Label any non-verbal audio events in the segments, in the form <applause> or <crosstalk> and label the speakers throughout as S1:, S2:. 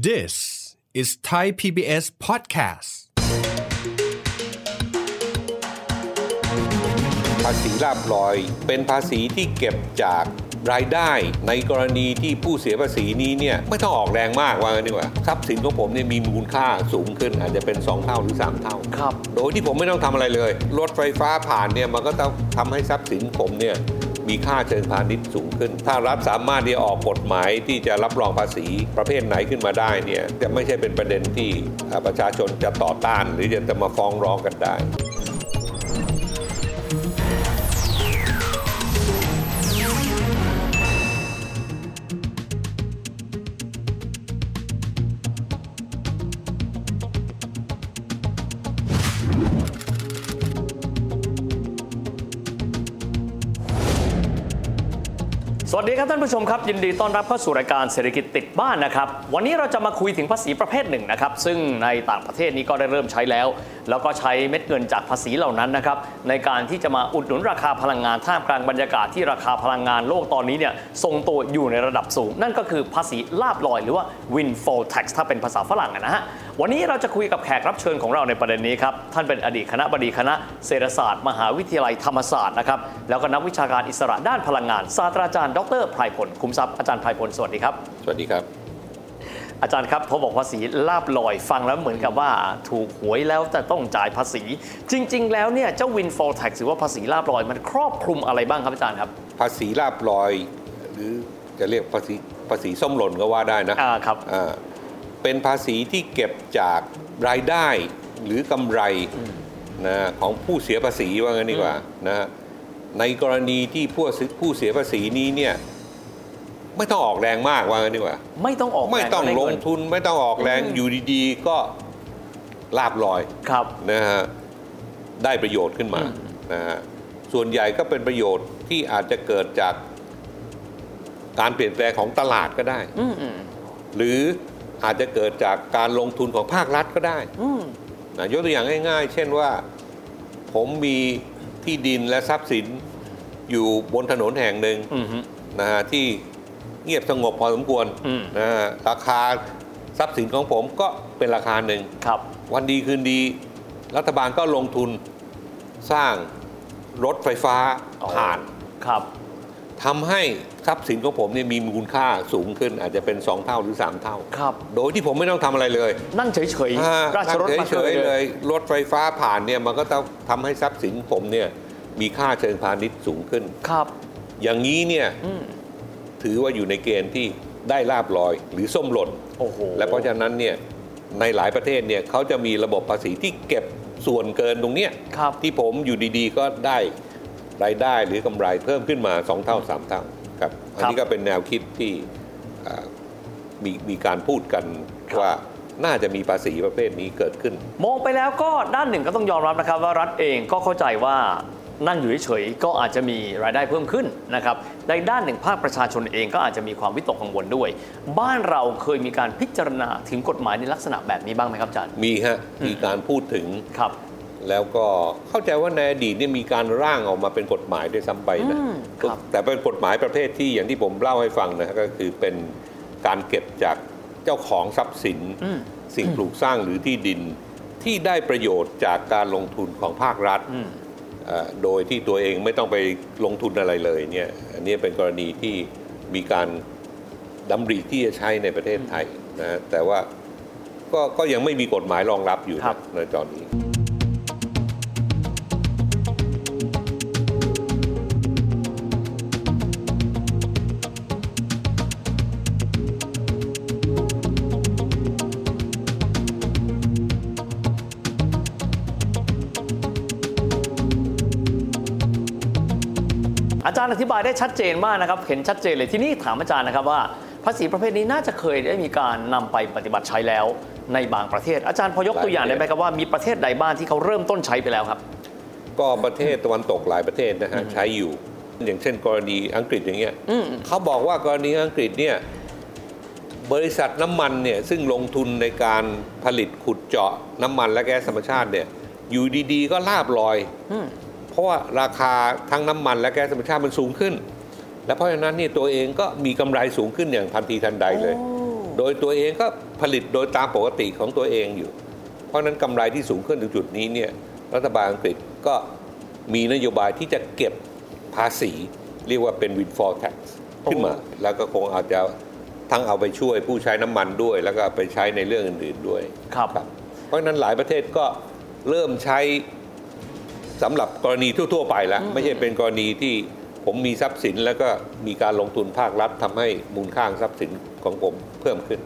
S1: This is Thai PBS podcast
S2: ภาษีลาบลอย เป็นภาษีที่เก็บจากรายได้ในกรณีที่ผู้เสียภาษีนี้เนี่ยไม่ต้องออกแรงมากว่างั้นดีกว่าทรัพย์สินของผมเนี่ยมีมูลค่าสูงขึ้น อาจจะเป็น 2 เท่าหรือ 3 เท่า
S3: ครับ
S2: โดยที่ผมไม่ต้องทำอะไรเลยรถไฟฟ้าผ่านเนี่ยมันก็ต้องทำให้ทรัพย์สินผมเนี่ยมีค่าเชิงพาณิชย์สูงขึ้น ถ้ารัฐสามารถที่จะออกกฎหมายที่จะรับรองภาษีประเภทไหนขึ้นมาได้เนี่ยจะไม่ใช่เป็นประเด็นที่อ่าประชาชนจะต่อต้าน หรือจะมาฟ้องร้องกันได้
S3: สวัสดีครับท่านผู้ชมครับ ยินดีต้อนรับเข้าสู่รายการเศรษฐกิจติดบ้านนะครับ วันนี้เราจะมาคุยถึงภาษีประเภทหนึ่งนะครับ ซึ่งในต่างประเทศนี้ก็ได้เริ่มใช้แล้ว แล้วก็ใช้เม็ดเงินจากภาษีเหล่านั้นนะครับ ในการที่จะมาอุดหนุนราคาพลังงานท่ามกลางบรรยากาศที่ราคาพลังงานโลกตอนนี้เนี่ยทรงตัวอยู่ในระดับสูง นั่นก็คือภาษีลาบลอยหรือว่า windfall tax ถ้าเป็นภาษาฝรั่งอะนะฮะวันนี้เราจะคุยกับแขกรับเชิญของเราในประเด็นนี้ครับท่านเป็นอดีตคณะบดีคณะเศรษฐศาสตร์ มหาวิทยาลัยธรรมศาสตร์นะครับแล้วก็นักวิชาการอิสระด้านพลังงานศาสตราจารย์ดรไพรพลคุ้มทรัพย์อาจารย์ไพรพลสวัสดีครับ
S2: สวัสดีครับ
S3: อาจารย์ครับพอบอกภาษีลาบลอยฟังแล้วเหมือนกับว่าถูกหวยแล้วแต่ต้องจ่ายภาษี จริง ๆ แล้วเนี่ยเจ้า windfall tax หรือว่าภาษีลาบลอยมันครอบคลุมอะไรบ้างครับอาจารย์ครับ
S2: ภาษีลาบลอย หรือจะเรียกภาษีภาษีส้มหล่นก็ว่าได้นะ
S3: อ่าครับ
S2: อ่าเป็นภาษีที่เก็บจากรายได้หรือกำไรนะของผู้เสียภาษีว่างั้นดีกว่านะฮะในกรณีที่ผู้เสียผู้เสียภาษีนี้เนี่ยไม่ต้องออกแรงมากว่างั้นดีกว่า
S3: ไม่ต้องออกแร
S2: ไม่ต้อง
S3: ะร
S2: ลง
S3: เย
S2: ทุนไม่ต้องออกแรงอยู่ดีๆ ก็ลาบลอย
S3: ครับ
S2: นะฮะได้ประโยชน์ขึ้นมานะฮะส่วนใหญ่ก็เป็นประโยชน์ที่อาจจะเกิดจากการเปลี่ยนแปลงของตลาดก็ได้
S3: อืมอืม
S2: หรืออาจจะเกิดจากการลงทุนของภาครัฐก็ได้
S3: อืม
S2: นะยกตัวอย่างง่าย ๆ เช่นว่าผมมีที่ดินและทรัพย์สินอยู่บนถนนแห่งหนึ่ง
S3: อืมฮึ
S2: นะฮะที่เงียบสงบพอสมควร
S3: อืม
S2: นะฮะราคาทรัพย์สินของผมก็เป็นราคาหนึ่ง
S3: ครับ
S2: วันดีคืนดี รัฐบาลก็ลงทุนสร้างรถไฟฟ้า
S3: อ๋อ
S2: ผ่าน
S3: ครับ
S2: ทำให้ทรัพย์สินของผมเนี่ยมีมูลค่าสูงขึ้น อาจจะเป็น 2 เท่าหรือ 3 เท่า
S3: ครับ
S2: โดยที่ผมไม่ต้องทำอะไรเลย
S3: นั่งเฉยๆ ราชรถมา
S2: เฉยๆเลย รถไฟฟ้าผ่านเนี่ยมันก็จะทำให้ทรัพย์สินผมเนี่ยมีค่าเชิงพาณิชย์สูงขึ้น
S3: ครับ
S2: อย่างนี้เนี่ย
S3: อืม
S2: ถือว่าอยู่ในเกณฑ์ที่ได้ลาบลอย หรือส้มหล่น
S3: โอ้โห
S2: และเพราะฉะนั้นเนี่ยในหลายประเทศเนี่ยเขาจะมีระบบภาษีที่เก็บส่วนเกินตรงเนี้ย
S3: ครับ
S2: ที่ผมอยู่ดีๆ ก็ได้รายได้หรือกำไรเพิ่มขึ้นมา 2 เท่า 3 เท่าครับอันนี้ก็เป็นแนวคิดที่อ่ามีมีการพูดกัน
S3: ครับ
S2: ว่าน่าจะมีภาษีประเภทนี้เกิดขึ้น
S3: มองไปแล้วก็ด้านหนึ่งก็ต้องยอมรับนะครับ ว่ารัฐเองก็เข้าใจว่านั่งอยู่เฉยๆก็อาจจะมีรายได้เพิ่มขึ้นนะครับในด้านหนึ่งภาคประชาชนเองก็อาจจะมีความวิตกกังวลด้วย บ้านเราเคยมีการพิจารณาถึงกฎหมายในลักษณะแบบนี้บ้างไหมครับอาจารย์
S2: มีฮะมีการพูดถึง
S3: ครับ
S2: แล้วก็เข้าใจว่าในอดีตเนี่ยมีการร่างออกมาเป็นกฎหมายด้วยซ้ำไปนะ
S3: อืมครับ
S2: แต่เป็นกฎหมายประเภทที่อย่างที่ผมเล่าให้ฟังนะก็คือเป็นการเก็บจากเจ้าของทรัพย์สิน
S3: อืม
S2: สิ่งปลูกสร้างหรือที่ดินที่ได้ประโยชน์จากการลงทุนของภาครัฐ
S3: อืม
S2: เอ่อโดยที่ตัวเองไม่ต้องไปลงทุนอะไรเลยเนี่ยอันนี้เป็นกรณีที่มีการดำริที่จะใช้ในประเทศไทยนะแต่ว่าก็ก็ยังไม่มีกฎหมายรองรับอยู่
S3: ครั
S2: นะ
S3: บ
S2: ในตอนนี้
S3: อาจารย์อธิบายได้ชัดเจนมากนะครับ เห็นชัดเจนเลยที่นี่ถามอาจารย์นะครับว่า ภาษีประเภทนี้น่าจะเคยได้มีการนำไปปฏิบัติใช้แล้วในบางประเทศ อาจารย์พอยกตัวอย่างได้ไหมครับว่ามีประเทศใดบ้างที่เขาเริ่มต้นใช้ไปแล้วครับ
S2: ก็ประเทศตะวันตกหลายประเทศนะฮะใช้อยู่ อย่างเช่นกรณีอังกฤษอย่างเงี้ย
S3: อืมอืม
S2: เขาบอกว่ากรณีอังกฤษเนี่ยบริษัทน้ำมันเนี่ยซึ่งลงทุนในการผลิตขุดเจาะน้ำมันและแก๊สธรรมชาติเนี่ยอยู่ดีๆ ก็ลาบลอย
S3: อืม
S2: เพราะว่าราคาทั้งน้ำมันและแก๊สธรรมชาติมันสูงขึ้น และเพราะฉะนั้นเนี่ยตัวเองก็มีกำไรสูงขึ้นอย่างทันทีทันใดเลย
S3: โอ้
S2: โดยตัวเองก็ผลิตโดยตามปกติของตัวเองอยู่ เพราะฉะนั้นกำไรที่สูงขึ้นถึงจุดนี้เนี่ยรัฐบาลอังกฤษก็มีนโยบายที่จะเก็บภาษี เรียกว่าเป็น windfall tax ขึ้นมา แล้วก็คงอาจจะทั้งเอาไปช่วยผู้ใช้น้ำมันด้วย แล้วก็ไปใช้ในเรื่องอื่นๆด้วย
S3: ครับ
S2: เพราะฉะนั้นหลายประเทศก็เริ่มใช้ สำหรับกรณีทั่ว ๆ ไปแล้ว ไม่ใช่เป็นกรณีที่ผมมีทรัพย์สินแล้วก็มีการลงทุนภาครัฐทำให้มูลค่าของทรัพย์สินของผมเพิ่มขึ้น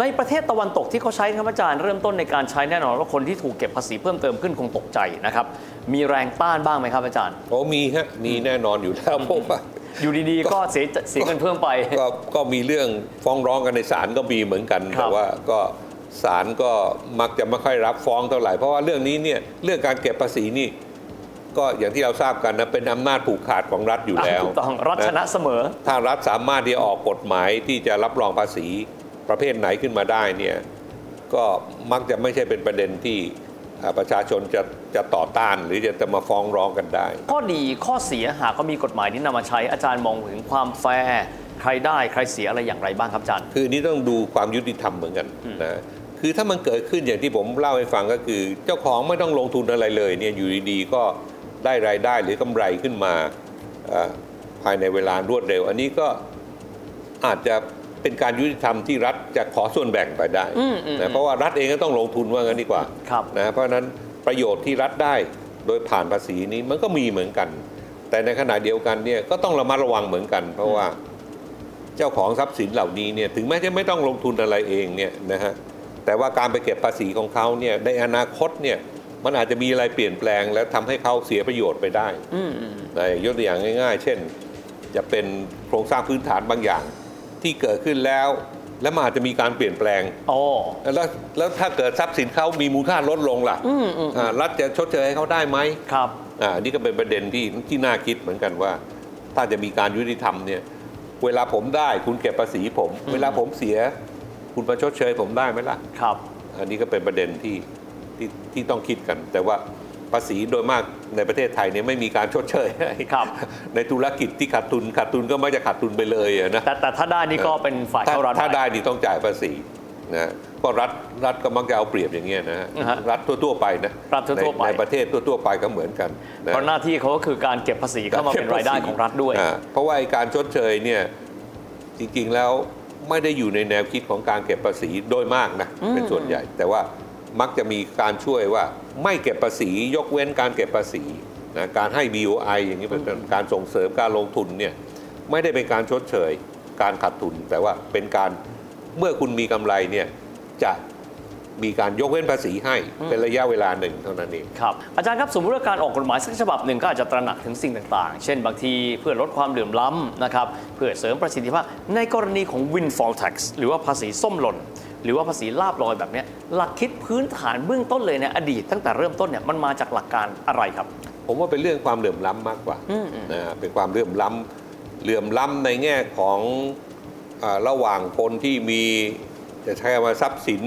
S3: ในประเทศตะวันตกที่เขาใช้ครับอาจารย์เริ่มต้นในการใช้แน่นอนว่าคนที่ถูกเก็บภาษีเพิ่มเติมขึ้นคงตกใจนะครับมีแรงต้านบ้างไหมครับอาจารย์
S2: โอ้มีฮะ มีแน่นอนอยู่แล้ว <laughs> เพราะว่า
S3: อยู่ดีๆ ก็เสียเสียเงินเพิ่มไป
S2: ก็ก็มีเรื่องฟ้องร้องกันในศาลก็มีเหมือนกัน
S3: ครับ
S2: แต่ว่าก็ศาลก็มักจะไม่ค่อยรับฟ้องเท่าไหร่เพราะว่าเรื่องนี้เนี่ยเรื่องการเก็บภาษีนี่ ก็อย่างที่เราทราบกันนะเป็นอำนาจผูกขาดของรัฐอยู่แล้ว
S3: ถูกต้องรัฐชนะ
S2: นะ
S3: เสมอ
S2: ถ้ารัฐสามารถที่จะออกกฎหมายที่จะรับรองภาษีประเภทไหนขึ้นมาได้เนี่ยก็มักจะไม่ใช่เป็นประเด็นที่อ่าประชาชนจะจะต่อต้าน หรือจะจะมาฟ้องร้องกันได้
S3: ข้อดีข้อเสียหากก็มีกฎหมายนี้นำมาใช้อาจารย์มองถึงความแฟร์ใครได้ใครเสียอะไรอย่างไรบ้างครับอาจารย์
S2: คืออันนี้ต้องดูความยุติธรรมเหมือนกันนะคือถ้ามันเกิดขึ้นอย่างที่ผมเล่าให้ฟังก็คือ เจ้าของไม่ต้องลงทุนอะไรเลยเนี่ยอยู่ดีๆก็ได้รายได้หรือกำไรขึ้นมาเอ่อภายในเวลารวดเร็ว อันนี้ก็อาจจะเป็นการยุติธรรมที่รัฐจะขอส่วนแบ่งไปได้
S3: อืมอืม
S2: นะเพราะว่ารัฐเองก็ต้องลงทุนว่างั้นดีกว่า
S3: ครับ
S2: นะเพราะฉะนั้นประโยชน์ที่รัฐได้โดยผ่านภาษีนี้มันก็มีเหมือนกัน แต่ในขณะเดียวกันเนี่ยก็ต้องระมัดระวังเหมือนกัน เพราะว่า เจ้าของทรัพย์สินเหล่านี้เนี่ยถึงแม้จะไม่ต้องลงทุนอะไรเองเนี่ยนะฮะแต่ว่าการไปเก็บภาษีของเขาเนี่ยในอนาคตเนี่ยมันอาจจะมีอะไรเปลี่ยนแปลง และทำให้เขาเสียประโยชน์ไปได้
S3: อืมอืม
S2: นะยกตัวอย่างง่าย ๆ เช่น จะเป็นโครงสร้างพื้นฐานบางอย่าง ที่เกิดขึ้นแล้ว และมันอาจจะมีการเปลี่ยนแปลง
S3: โอ้
S2: แล้วแล้วถ้าเกิดทรัพย์สินเขามีมูลค่าลดลงล่ะ
S3: อืมอืม
S2: อ่ารัฐจะชดเชยให้เขาได้ไหม
S3: ครับ
S2: อ่านี่ก็เป็นประเด็นที่ที่น่าคิดเหมือนกันว่า ถ้าจะมีการยุติธรรมเนี่ย เวลาผมได้คุณเก็บภาษีผม เวลาผมเสีย คุณมาชดเชยผมได้ไหมล่ะ
S3: ครับ
S2: อันนี้ก็เป็นประเด็นที่ที่ที่ต้องคิดกัน แต่ว่าภาษีโดยมากในประเทศไทยเนี่ยไม่มีการชดเชยให้
S3: ครับ
S2: ในธุรกิจที่ขาดทุนขาดทุนก็ไม่จะขาดทุนไปเลยอะนะ
S3: แต่แต่ถ้าได้นี่ก็เป็นฝ่าย
S2: ถ้า
S3: เข้ารัฐ
S2: ถ้าได้นี่ต้องจ่ายภาษีนะก็รัฐรัฐก็มักจะเอาเปรียบอย่างเงี้ยนะฮะ
S3: อ่าฮะ
S2: รัฐทั่วๆไปนะ
S3: รัฐทั่วๆไป
S2: ในในประเทศทั่วๆไปก็เหมือนกันนะ
S3: เพราะหน้าที่เขาก็คือการเก็บภาษีเข้ามาเป็นรายได้ของรัฐด้วย
S2: อ่าเพราะว่าไอ้การชดเชยเนี่ยจริงๆแล้วไม่ได้อยู่ในแนวคิดของการเก็บภาษีโดยมากนะเป็นส่วนใหญ่ แต่ว่ามักจะมีการช่วยว่าไม่เก็บภาษียกเว้นการเก็บภาษีนะการให้ BOI อย่างนี้เป็นต้นการส่งเสริมการลงทุนเนี่ยไม่ได้เป็นการชดเชยการขาดทุน แต่ว่าเป็นการเมื่อคุณมีกำไรเนี่ยจะมีการยกเว้นภาษีให้เป็นระยะเวลาหนึ่งเท่านั้นเอง
S3: ครับอาจารย์ครับสมมติว่าการออกกฎหมายสักฉบับหนึ่งก็อาจจะตระหนักถึงสิ่งต่างๆ เช่นบางทีเพื่อลดความเหลื่อมล้ำนะครับเพื่อเสริมประสิทธิภาพในกรณีของ windfall tax หรือว่าภาษีส้มหล่น หรือว่าภาษีลาบลอยแบบเนี้ยหลักคิดพื้นฐานเบื้องต้นเลยในอดีตตั้งแต่เริ่มต้นเนี่ยมันมาจากหลักการอะไรครับ
S2: ผมว่าเป็นเรื่องความเหลื่อมล้ำมากกว่า
S3: อืมอืม
S2: นะเป็นความเหลื่อมล้ำเหลื่อมล้ำในแง่ของอาระหว่างคนที่มีจะใช้คำว่าทรัพย์สิน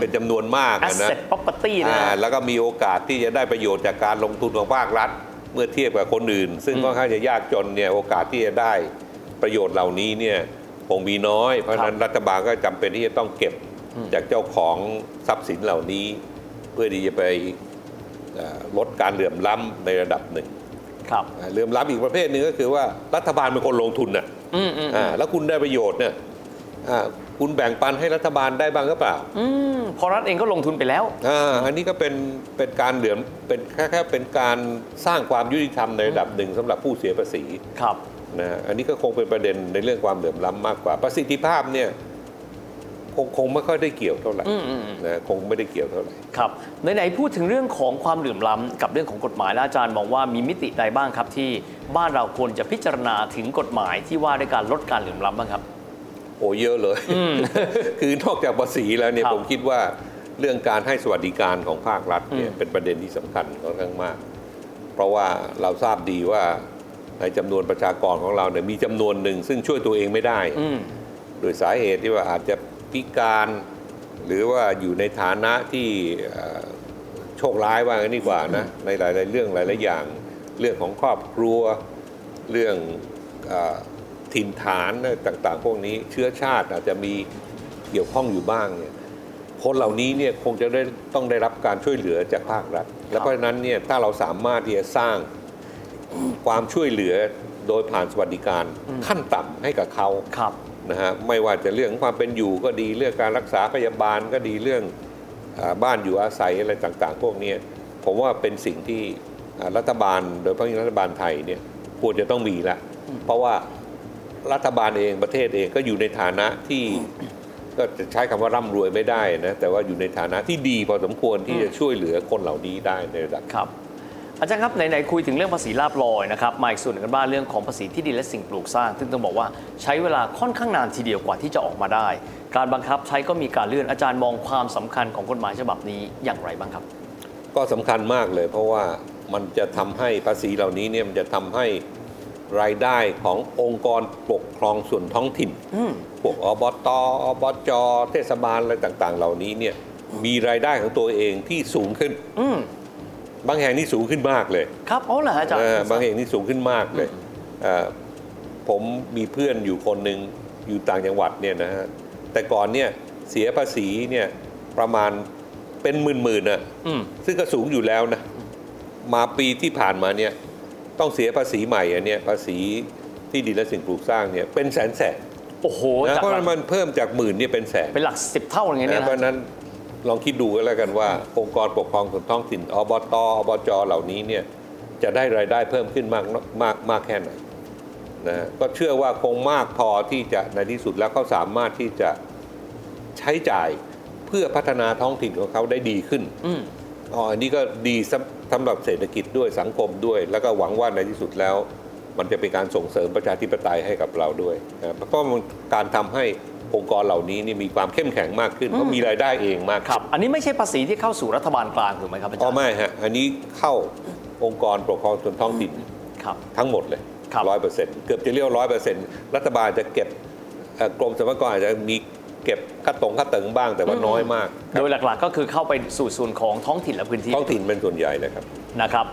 S2: เป็นจำนวนมากอะนะ
S3: asset property นะ
S2: อ่าแล้วก็มีโอกาสที่จะได้ประโยชน์จากการลงทุนของภาครัฐ เมื่อเทียบกับคนอื่น ซึ่งค่อนข้างจะยากจนเนี่ยโอกาสที่จะได้ประโยชน์เหล่านี้เนี่ยคงมีน้อย เพราะฉะนั้นรัฐบาลก็จำเป็นที่จะต้องเก็บจากเจ้าของทรัพย์สินเหล่านี้ เพื่อที่จะไปเอ่อลดการเหลื่อมล้ำในระดับหนึ่ง
S3: ครับ
S2: อ่าเหลื่อมล้ำอีกประเภทหนึ่งก็คือว่ารัฐบาลเป็นคนลงทุนน่ะ
S3: อืมอืม
S2: อ่าแล้วคุณได้ประโยชน์เนี่ยอ่าคุณแบ่งปันให้รัฐบาลได้บ้างหรือเปล่า
S3: อืมเพอรัฐเองก็ลงทุนไปแล้ว
S2: อ่าอันนี้ก็เป็นเป็นการเหลื่อมเป็นแค่แค่เป็นการสร้างความยุติธรรมในระดับหนึ่งสำหรับผู้เสียภาษี
S3: ครับ
S2: นะอันนี้ก็คงเป็นประเด็นในเรื่องความเหลื่อมล้ำมากกว่าประสิทธิภาพเนี่ยคงคงไม่ค่อยได้เกี่ยวเท่าไหร่
S3: อืมอืมอืม
S2: นะคงไม่ได้เกี่ยวเท่าไหร่
S3: ครับไหนๆพูดถึงเรื่องของความเหลื่อมล้ำกับเรื่องของกฎหมายแล้วอาจารย์มองว่ามีมิติใดบ้างครับ ที่บ้านเราควรจะพิจารณาถึงกฎหมายที่ว่าด้วยการลดการเหลื่อมล้ำบ้างครับ
S2: โอ้เยอะเลย <laughs> คือนอกจากภาษีแล้วเนี่ย
S3: ครับ
S2: ผมคิดว่าเรื่องการให้สวัสดิการของภาครัฐเนี่ย
S3: อืม
S2: เป็นประเด็นที่สำคัญค่อนข้างมาก เพราะว่าเราทราบดีว่าในจำนวนประชากรของเราเนี่ยมีจำนวนหนึ่งซึ่งช่วยตัวเองไม่ได้
S3: อืม
S2: โดยสาเหตุที่ว่าอาจจะพิการ หรือว่าอยู่ในฐานะที่เอ่อโชคร้ายว่างั้นดีกว่านะในหลาย ๆ เรื่องหลาย ๆ อย่าง เรื่องของครอบครัว เรื่องเออถิ่นฐานต่างๆ พวกนี้เชื้อชาติอาจจะมีเกี่ยวข้องอยู่บ้างเนี่ยคนเหล่านี้เนี่ยคงจะได้ต้องได้รับการช่วยเหลือจากภาครัฐ และเพราะฉะนั้นเนี่ยถ้าเราสามารถที่จะสร้าง ความช่วยเหลือโดยผ่านสวัสดิการขั้นต่ำให้กับเขา
S3: ครับ
S2: นะฮะไม่ว่าจะเรื่องความเป็นอยู่ก็ดีเรื่องการรักษาพยาบาลก็ดีเรื่องอ่าบ้านอยู่อาศัยอะไรต่าง ๆ พวกเนี้ยผมว่าเป็นสิ่งที่อ่ารัฐบาลโดยเฉพาะอย่างรัฐบาลไทยเนี่ยควรจะต้องมีละเพราะว่ารัฐบาลเองประเทศเองก็อยู่ในฐานะที่ ก็จะใช้คำว่าร่ำรวยไม่ได้นะแต่ว่าอยู่ในฐานะที่ดีพอสมควรที่จะช่วยเหลือคนเหล่านี้ได้ในระดับ
S3: ครับ อาจารย์ครับไหนๆคุยถึงเรื่องภาษีลาบลอยนะครับมาอีกส่วนหนึ่งกันบ้างเรื่องของภาษีที่ดินและสิ่งปลูกสร้าง ซึ่งต้องบอกว่าใช้เวลาค่อนข้างนานทีเดียวกว่าที่จะออกมาได้ การบังคับใช้ก็มีการเลื่อนอาจารย์มองความสำคัญของกฎหมายฉบับนี้อย่างไรบ้างครับ
S2: ก็สำคัญมากเลยเพราะว่ามันจะทำให้ภาษีเหล่านี้เนี่ยมันจะทำให้รายได้ขององค์กรปกครองส่วนท้องถิ่นพวกอบตอบจเทศบาลอะไรต่าง ๆ เหล่านี้เนี่ยมีรายได้ของตัวเองที่สูงขึ้น
S3: อืม
S2: บางแห่งนี่สูงขึ้นมากเลย
S3: ครับเอาล่ะอาจารย์
S2: เออบางแห่งนี่สูงขึ้นมากเลยเอ่อผมมีเพื่อนอยู่คนหนึ่งอยู่ต่างจังหวัดเนี่ยนะฮะแต่ก่อนเนี่ยเสียภาษีเนี่ยประมาณเป็นหมื่นๆน่ะ
S3: อืม
S2: ซึ่งก็สูงอยู่แล้วนะ มาปีที่ผ่านมาเนี่ยต้องเสียภาษีใหม่อันเนี้ยภาษีที่ดินและสิ่งปลูกสร้างเนี่ยเป็นแสนแสน
S3: โอ้โห
S2: นะ
S3: จาก
S2: เพราะ
S3: หลัก
S2: มันเพิ่มจากหมื่นเนี่ยเป็นแสน
S3: เป็นหลักสิบเท่าอะไรเงี้ยเนี่
S2: นะ
S3: ย
S2: เพราะฉะนั้นลองคิดดูกันแล้วกันว่า องค์กรปกครองส่วนท้องถิ่นอบตอบจเหล่านี้เนี่ยจะได้รายได้เพิ่มขึ้นมากน้อยมากมากแค่ไหนนะก็เชื่อว่าคงมากพอที่จะในที่สุดแล้วเขาสามารถที่จะใช้จ่ายเพื่อพัฒนาท้องถิ่นของเขาได้ดีขึ้น
S3: อืม
S2: อ๋ออันนี้ก็ดีสำสำหรับเศรษฐกิจด้วยสังคมด้วย แล้วก็หวังว่าในที่สุดแล้ว มันจะเป็นการส่งเสริมประชาธิปไตยให้กับเราด้วยนะเพราะมันการทำให้องค์กรเหล่านี้นี่มีความเข้มแข็งมากขึ้นเพราะมีรายได้เองมาก
S3: ครับ อันนี้ไม่ใช่ภาษีที่เข้าสู่รัฐบาลกลางถูกไหมครับอาจารย์
S2: อ๋อไม่ฮะอันนี้เข้าองค์กรปกครองส่วนท้องถิ่น
S3: ครับ
S2: ทั้งหมดเลย
S3: ครับ
S2: ร้อยเปอร์เซ็นต์เกือบจะเรียกร้อยเปอร์เซ็นต์รัฐบาลจะเก็บเอ่อกรมสรรพากรอาจจะมีเก็บค่าตรงค่าเติงบ้างแต่ว่าน้อยมาก
S3: โดยหลักๆก็คือเข้าไปสู่ส่วนของท้องถิ่นและพื้นที่
S2: ท้องถิ่นเป็นส่วนใหญ่เลยครับ
S3: นะครับ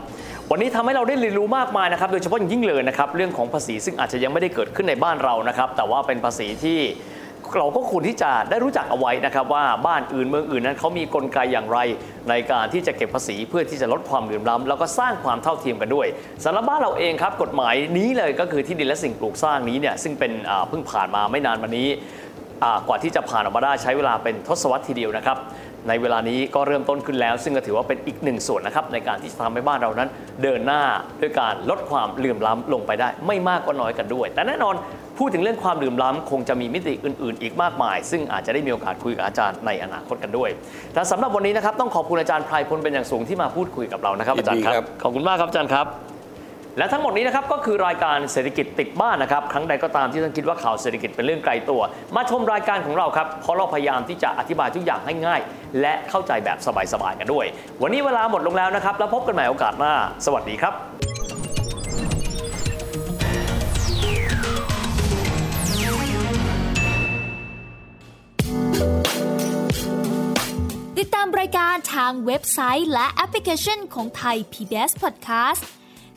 S3: วันนี้ทำให้เราได้เรียนรู้มากมายนะครับ โดยเฉพาะอย่างยิ่งเลยนะครับเรื่องของภาษีซึ่งอาจจะยังไม่ได้เกิดขึ้นในบ้านเรานะครับ แต่ว่าเป็นภาษีที่เราก็ควรที่จะได้รู้จักเอาไว้นะครับ ว่าบ้านอื่นเมืองอื่นนั้นเขามีกลไกอย่างไร ในการที่จะเก็บภาษีเพื่อที่จะลดความเหลื่อมล้ำแล้วก็สร้างความเท่าเทียมกันด้วยสำหรับบ้านเราเองครับกฎหมายนี้เลยก็คือที่ดินและสิ่งปลูกสร้างนี้เนี่ยซึ่งเป็นอ่าเพิ่งผ่านมาไม่นานมานี้ อ่ากว่าที่จะผ่านออกมาได้ใช้เวลาเป็นทศวรรษทีเดียวนะครับ ในเวลานี้ก็เริ่มต้นขึ้นแล้ว ซึ่งก็ถือว่าเป็นอีกหนึ่งส่วนนะครับ ในการที่จะทำให้บ้านเรานั้น เดินหน้าด้วยการลดความเหลื่อมล้ำลงไปได้ ไม่มากก็น้อยกันด้วย แต่แน่นอนพูดถึงเรื่องความเหลื่อมล้ำคงจะมีมิติอื่น ๆ อีกมากมาย ซึ่งอาจจะได้มีโอกาสคุยกับอาจารย์ในอนาคตกันด้วยแต่สำหรับวันนี้นะครับต้องขอบคุณอาจารย์พลายพลเป็นอย่างสูงที่มาพูดคุยกับเรานะครับอาจารย์ค
S2: ยินดีครั
S3: รับ บขอบคุณมากครับอาจารย์ครับ และทั้งหมดนี้นะครับก็คือรายการเศรษฐกิจติดบ้านนะครับ ครั้งใดก็ตามที่ท่านคิดว่าข่าวเศรษฐกิจเป็นเรื่องไกลตัว มาชมรายการของเราครับเพราะเราพยายามที่จะอธิบายทุกอย่างให้ง่าย และเข้าใจแบบสบายๆกันด้วย วันนี้เวลาหมดลงแล้วนะครับ แล้วพบกันใหม่โอกาสหน้า สวัสดีครับ
S4: ติดตามรายการทางเว็บไซต์และแอปพลิเคชันของไทย PBS Podcast